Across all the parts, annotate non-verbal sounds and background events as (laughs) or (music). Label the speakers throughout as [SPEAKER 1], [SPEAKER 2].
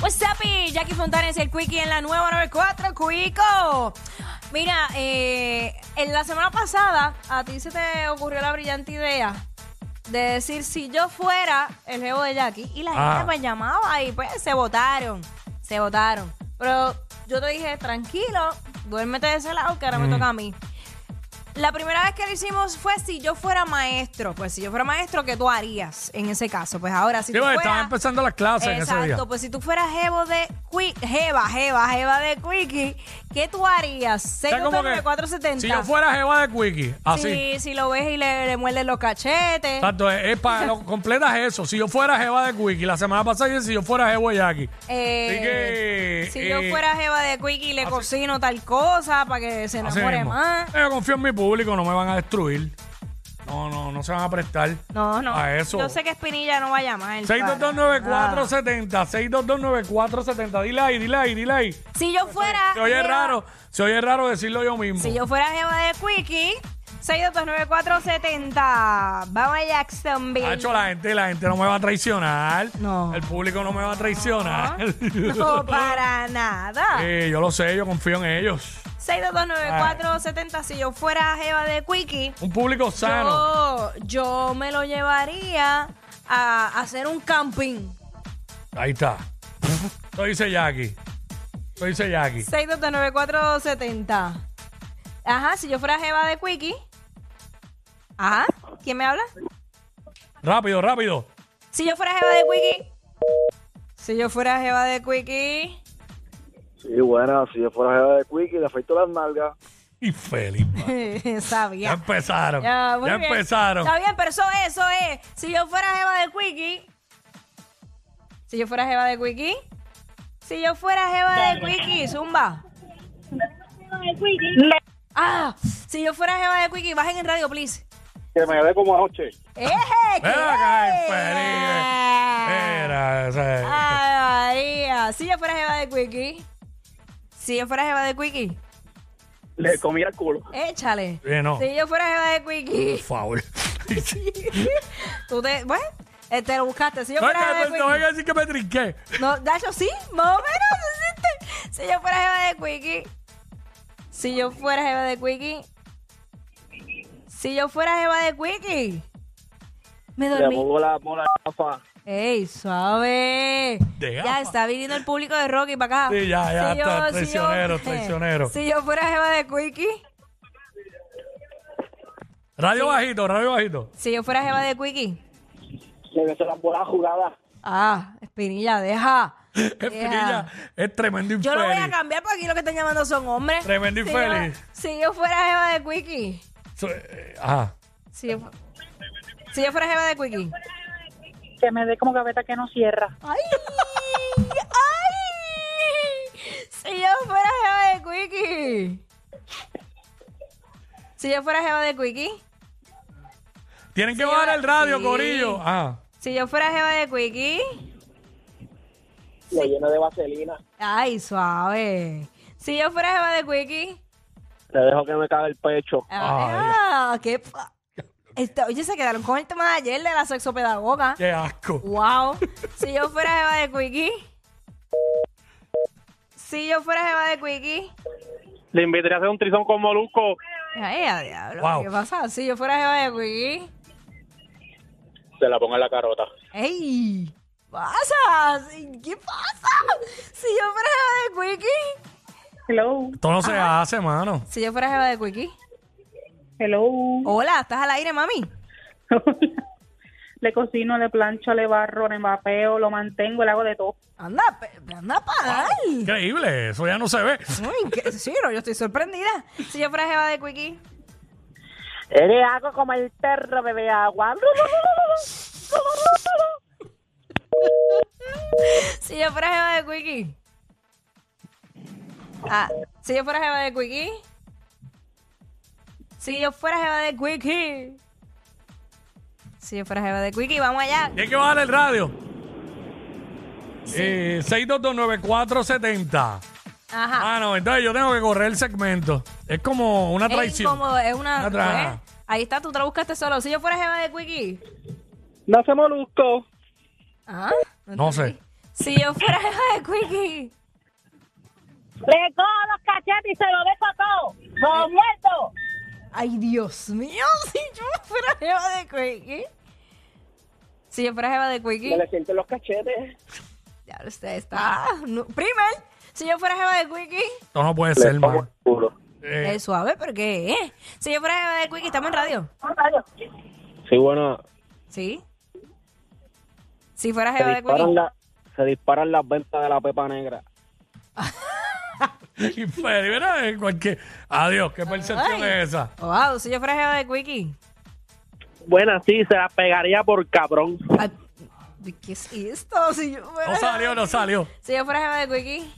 [SPEAKER 1] What's up? Y Jackie Fontanes, el Quickie en la nueva 94, Quico. Mira, eh, en la semana pasada a ti se te ocurrió la brillante idea de decir si yo fuera el jevo de Jackie y la
[SPEAKER 2] Ah.
[SPEAKER 1] gente me llamaba y pues se votaron, se votaron. Pero yo te dije, tranquilo, duérmete de ese lado que ahora
[SPEAKER 2] Mm.
[SPEAKER 1] me toca a mí. La primera vez que lo hicimos fue si yo fuera maestro. Pues si yo fuera maestro, ¿qué tú harías en ese caso? Pues ahora, si
[SPEAKER 2] Sí,
[SPEAKER 1] tú
[SPEAKER 2] porque
[SPEAKER 1] fueras...
[SPEAKER 2] estaban empezando las clases en ese día.
[SPEAKER 1] Exacto, pues si tú fueras jevo de Qui- Jeva, Jeva, Jeva de Quickie, ¿qué tú harías?
[SPEAKER 2] O sea, como que
[SPEAKER 1] 629-470.
[SPEAKER 2] Si yo fuera jeva de Quickie, así.
[SPEAKER 1] Si, si lo ves y le, le muerdes los cachetes.
[SPEAKER 2] Exacto, es, es para lo completas eso. Si yo fuera jeva de Quickie, la semana pasada dije, si yo fuera jeva de Jackie.
[SPEAKER 1] Este Eh,
[SPEAKER 2] Así que,
[SPEAKER 1] si
[SPEAKER 2] eh,
[SPEAKER 1] yo fuera Jeva de Quickie, le cocino tal cosa para que se
[SPEAKER 2] Así
[SPEAKER 1] enamore
[SPEAKER 2] mismo.
[SPEAKER 1] más.
[SPEAKER 2] Yo confío en mi público, no me van a destruir. No, no, no se van a prestar.
[SPEAKER 1] No, no.
[SPEAKER 2] A eso.
[SPEAKER 1] Yo sé que Espinilla no va a llamar. para nada.
[SPEAKER 2] 6229470, 6229470. Dile ahí, dile ahí, dile ahí.
[SPEAKER 1] Si yo fuera.
[SPEAKER 2] Se oye
[SPEAKER 1] jeva-
[SPEAKER 2] raro, se oye raro decirlo yo mismo.
[SPEAKER 1] Ah, Si yo fuera Jeva de Quickie, 6229470. Vamos a Jacksonville.
[SPEAKER 2] Hacho, la gente, la gente no me va a traicionar.
[SPEAKER 1] No.
[SPEAKER 2] El público no me va a (laughs) traicionar.
[SPEAKER 1] No, para nada.
[SPEAKER 2] Eh, yo lo sé, yo confío en ellos.
[SPEAKER 1] 6229470, si yo fuera jeva de Quickie,
[SPEAKER 2] Un público sano.
[SPEAKER 1] yo, yo me lo llevaría a hacer un camping.
[SPEAKER 2] Ahí está. Lo dice Jackie. Lo dice Jackie.
[SPEAKER 1] 6229470. Ajá, si yo fuera jeva de Quickie. Ajá, ¿quién me habla?
[SPEAKER 2] Rápido, rápido.
[SPEAKER 1] Si yo fuera jeva de Quickie. Si yo fuera jeva de Quickie. (laughs)
[SPEAKER 3] Sí, bueno, si yo fuera jefe de Quickie, le afeito las nalgas.
[SPEAKER 2] Y Felipe. Ya
[SPEAKER 1] Sabía.
[SPEAKER 2] (laughs) empezaron.
[SPEAKER 1] Ya,
[SPEAKER 2] Ya,
[SPEAKER 1] muy bien.
[SPEAKER 2] empezaron.
[SPEAKER 1] Está bien, pero eso, eso es. Si yo fuera jeva de Quickie. Si yo fuera jeva de Quickie. Si yo fuera jeva de Quickie, Zumba. Ah, si yo fuera jeva de Quickie, bajen en radio, please.
[SPEAKER 3] Que me dé como anoche.
[SPEAKER 1] ¡Eh!
[SPEAKER 2] Ven acá, el Felipe. Mira, o sea,
[SPEAKER 1] Ah. Ay, María. Si yo fuera jeva de Quickie. Si yo fuera jeva de Quickie.
[SPEAKER 3] Le comía el culo.
[SPEAKER 1] Échale.
[SPEAKER 2] Sí, no.
[SPEAKER 1] Si yo fuera jeva de Quickie.
[SPEAKER 2] por
[SPEAKER 1] (laughs)
[SPEAKER 2] favor. (laughs)
[SPEAKER 1] Tú te. Bueno, eh, te lo buscaste. Si yo
[SPEAKER 2] No,
[SPEAKER 1] fuera jeva de
[SPEAKER 2] que-
[SPEAKER 1] Quickie.
[SPEAKER 2] no venga a decir que me trinqué.
[SPEAKER 1] No, de hecho sí, más o menos. ¿sí? Si yo fuera jefa de Quickie. Si yo fuera jefa de Quickie. Si yo fuera jefa de Quickie. Me
[SPEAKER 3] Le
[SPEAKER 1] dormí.
[SPEAKER 3] pongo la mola gafa.
[SPEAKER 1] ¡Ey, suave!
[SPEAKER 2] De
[SPEAKER 1] Ya
[SPEAKER 2] gafa.
[SPEAKER 1] está viniendo el público de Rocky para acá.
[SPEAKER 2] Sí, ya, ya está, traicionero,
[SPEAKER 1] si
[SPEAKER 2] traicionero.
[SPEAKER 1] eh, Si yo fuera jefa de Quickie.
[SPEAKER 2] Radio bajito, radio bajito.
[SPEAKER 1] Si yo fuera jefa de Quickie.
[SPEAKER 3] Le meto las bolas jugadas.
[SPEAKER 1] Ah, Espinilla, deja.
[SPEAKER 2] Espinilla es tremendo infeliz.
[SPEAKER 1] Yo lo voy a cambiar porque aquí lo que están llamando son hombres.
[SPEAKER 2] Tremendo
[SPEAKER 1] Si
[SPEAKER 2] infeliz.
[SPEAKER 1] yo- Si yo fuera jefa de Quickie.
[SPEAKER 2] So- eh, Ajá.
[SPEAKER 1] Si yo, fu- si yo fuera jefa de Quickie.
[SPEAKER 4] que me dé como gaveta que no cierra.
[SPEAKER 1] ¡Ay! ¡Ay! Si yo fuera jefa de Quickie. Si yo fuera jefa de Quickie.
[SPEAKER 2] Tienen que
[SPEAKER 1] Sí,
[SPEAKER 2] bajar el radio,
[SPEAKER 1] sí.
[SPEAKER 2] Corillo. Ah, Ajá.
[SPEAKER 1] Si yo fuera jefa de Quickie.
[SPEAKER 3] Lo lleno de vaselina.
[SPEAKER 1] ¡Ay, suave! Si yo fuera jefa de Quickie.
[SPEAKER 3] Le dejo que me caga el pecho.
[SPEAKER 1] ¡Ah! ¡Qué. pa- Esto- oye, se quedaron con el tema de ayer de la sexopedagoga.
[SPEAKER 2] Qué asco.
[SPEAKER 1] Wow. Si yo fuera jeva de Quickie. Si yo fuera jeva de Quickie.
[SPEAKER 3] Le invitaría a hacer un trizón con Molusco.
[SPEAKER 1] Ay, a diablo.
[SPEAKER 2] Wow.
[SPEAKER 1] ¿Qué pasa? Si yo fuera jeva de Quickie.
[SPEAKER 3] Se la pongo en la carota.
[SPEAKER 1] ¡Ey! ¿Pasa? Sí, ¿Qué pasa? Si yo fuera jeva de Quickie.
[SPEAKER 4] Hello,
[SPEAKER 2] Esto no se hace, mano.
[SPEAKER 1] Si yo fuera jeva de Quickie.
[SPEAKER 4] hello.
[SPEAKER 1] Hola, ¿estás al aire, mami?
[SPEAKER 4] le cocino, le plancho, le barro, le mapeo, lo mantengo, le hago de todo.
[SPEAKER 1] Anda, pe- anda a pagar.
[SPEAKER 2] Increíble, eso ya no se ve.
[SPEAKER 1] Uy, qué- sí, no, yo estoy sorprendida. Si yo fuera jeva de Quickie.
[SPEAKER 4] Le hago como el perro, bebé
[SPEAKER 3] (laughs)
[SPEAKER 4] agua.
[SPEAKER 1] Si yo fuera jeva de Quickie. Ah, si yo fuera jeva de Quickie. Si yo fuera jeva de Quickie. Si yo fuera jeva de Quickie, vamos allá.
[SPEAKER 2] Tienen que bajar el radio. Eh, 6229470.
[SPEAKER 1] Ajá.
[SPEAKER 2] Ah, no, entonces yo tengo que correr el segmento. Es como una
[SPEAKER 1] es
[SPEAKER 2] traición.
[SPEAKER 1] incómodo, es una.
[SPEAKER 2] Una tra-
[SPEAKER 1] ¿eh? Ahí está, tú te lo buscaste solo. Si yo fuera jeva de Quickie.
[SPEAKER 3] Nace Molusco.
[SPEAKER 1] Ajá.
[SPEAKER 2] No sé.
[SPEAKER 1] entendí. Si yo fuera jefa de Quickie.
[SPEAKER 5] Le cojo los cachetes y se lo dejo todo. ¡Los muertos!
[SPEAKER 1] Ay, Dios mío, (laughs) si yo fuera jefa de Quickie. Si yo fuera jefa de
[SPEAKER 6] Que
[SPEAKER 1] Quickie.
[SPEAKER 6] le sienten los cachetes.
[SPEAKER 1] Ya usted está. no- primer, si yo fuera jefa de Quickie.
[SPEAKER 2] No, no puede
[SPEAKER 3] Le
[SPEAKER 2] ser,
[SPEAKER 3] tomo
[SPEAKER 2] man.
[SPEAKER 3] el culo.
[SPEAKER 2] Eh,
[SPEAKER 1] Es suave, pero ¿qué es? Si yo fuera jefa de Quickie, estamos en radio.
[SPEAKER 3] Sí, bueno,
[SPEAKER 1] ¿Sí? Si fuera
[SPEAKER 3] se
[SPEAKER 1] jefa de
[SPEAKER 3] disparan,
[SPEAKER 1] Quickie.
[SPEAKER 3] la- se disparan las ventas de la pepa negra.
[SPEAKER 2] (laughs) y Feli, mira, en cualquier... Adiós, qué percepción
[SPEAKER 1] Ay.
[SPEAKER 2] es esa.
[SPEAKER 1] Wow, si yo fuera jefa de Quickie.
[SPEAKER 6] Buena, sí, se las pegaría por cabrón.
[SPEAKER 1] Ah, ¿Qué es esto? Si yo fuera
[SPEAKER 2] No
[SPEAKER 1] jefa de
[SPEAKER 2] salió, no
[SPEAKER 1] Quickie.
[SPEAKER 2] salió. (laughs)
[SPEAKER 1] Si yo fuera jefa de Quickie.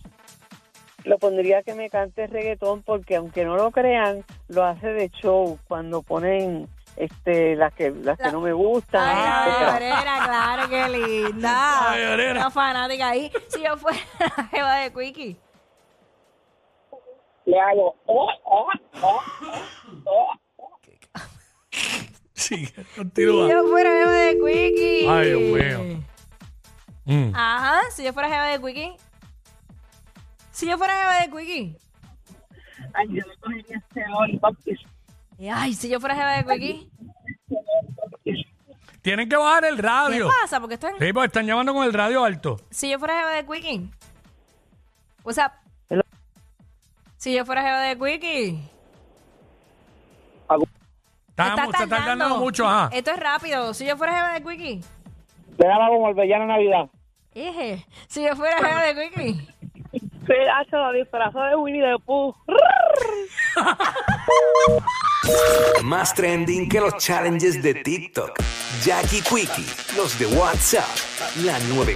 [SPEAKER 7] lo pondría que me cante reggaetón porque aunque no lo crean lo hace de show cuando ponen este las que las que no me gustan
[SPEAKER 1] Ay,
[SPEAKER 7] etcétera.
[SPEAKER 1] Cabrera, claro, qué linda.
[SPEAKER 2] Ay, Cabrera.
[SPEAKER 1] Una fanática ahí. Si yo fuera (laughs) jefa de Quickie.
[SPEAKER 6] Le hago. Oh, oh, oh.
[SPEAKER 2] Sí,
[SPEAKER 1] Si
[SPEAKER 2] continúa.
[SPEAKER 1] yo fuera jefa de Quickie.
[SPEAKER 2] Ay, Dios mío. Mm.
[SPEAKER 1] Ajá, si yo fuera jefa de Quickie. Si yo fuera jefa de Quickie.
[SPEAKER 4] Ay, yo le cogería este hoy, papi.
[SPEAKER 1] Ay, si yo fuera jefa de Quickie.
[SPEAKER 2] Tienen que bajar el
[SPEAKER 1] ¿Qué
[SPEAKER 2] radio.
[SPEAKER 1] pasa? Porque están.
[SPEAKER 2] Sí, porque están llamando con el radio alto.
[SPEAKER 1] Si yo fuera jefa de Quickie. What's up? Si yo fuera jefa de Quickie.
[SPEAKER 2] Está,
[SPEAKER 1] Está
[SPEAKER 2] mu- se está tardando mucho, ajá.
[SPEAKER 1] Esto es rápido. Si yo fuera jefa de Quickie.
[SPEAKER 6] Le daba como el vellano Navidad.
[SPEAKER 1] Eje. Si yo fuera jefa de Quickie.
[SPEAKER 7] Pedazo, lo disfrazó de Winnie the Pooh
[SPEAKER 8] Más trending que los challenges de TikTok. Jackie Quickie, los de WhatsApp, la 94.